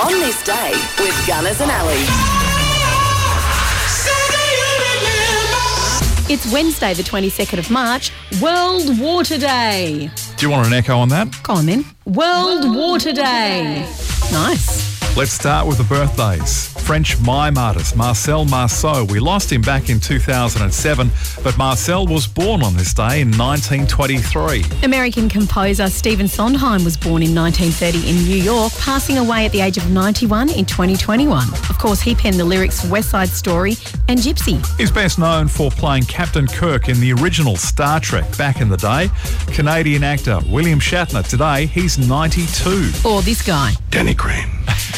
on this day with Gunners and Alley. It's Wednesday, the 22nd of March, World Water Day. Do you want an echo on that? Go on then. World, Water Day. Nice. Let's start with the birthdays. French mime artist Marcel Marceau. We lost him back in 2007, but Marcel was born on this day in 1923. American composer Stephen Sondheim was born in 1930 in New York, passing away at the age of 91 in 2021. Of course, he penned the lyrics to West Side Story and Gypsy. He's best known for playing Captain Kirk in the original Star Trek back in the day. Canadian actor William Shatner. Today, he's 92. Or this guy, Danny Graham.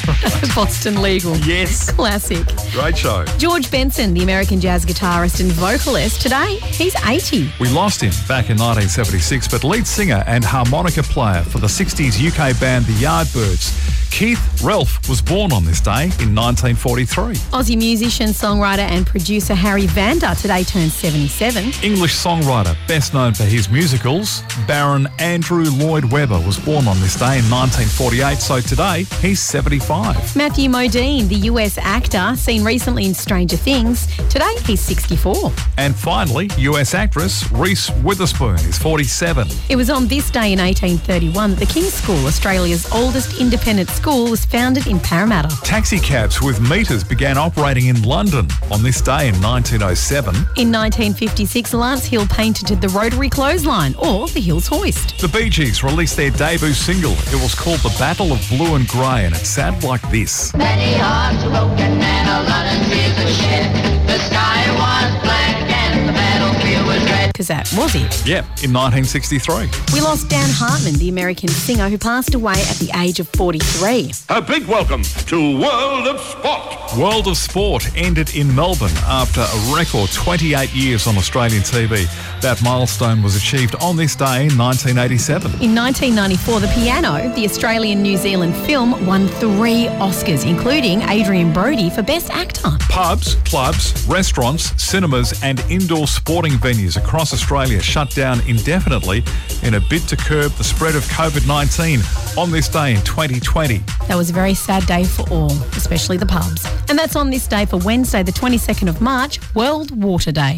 Boston Legal. Yes. Classic. Great show. George Benson, the American jazz guitarist and vocalist, today he's 80. We lost him back in 1976, but lead singer and harmonica player for the 60s UK band The Yardbirds, Keith Relf, was born on this day in 1943. Aussie musician, songwriter, and producer Harry Vander today turns 77. English songwriter, best known for his musicals, Baron Andrew Lloyd Webber was born on this day in 1948, so today he's 75. Matthew Modine, the US actor, seen recently in Stranger Things, today he's 64. And finally, US actress Reese Witherspoon is 47. It was on this day in 1831 that the King's School, Australia's oldest independent school, was founded in Parramatta. Taxi cabs with meters began operating in London on this day in 1907. In 1956, Lance Hill painted the rotary clothesline or the Hills hoist. The Bee Gees released their debut single. It was called The Battle of Blue and Grey, and it sounded like this. Many hearts broken and a lot of tears were shed. The sky was black and the battlefield was red. Because that was it. Yep, in 1963. We lost Dan Hartman, the American singer who passed away at the age of 43. A big welcome to World of Sport. World of Sport ended in Melbourne after a record 28 years on Australian TV. That milestone was achieved on this day in 1987. In 1994, The Piano, the Australian New Zealand film, won three Oscars, including Adrian Brody for Best Actor. Pubs, clubs, restaurants, cinemas, and indoor sporting venues across Australia shut down indefinitely in a bid to curb the spread of COVID 19 on this day in 2020. That was a very sad day for all, especially the pubs. And that's on this day for Wednesday, the 22nd of March, World Water Day.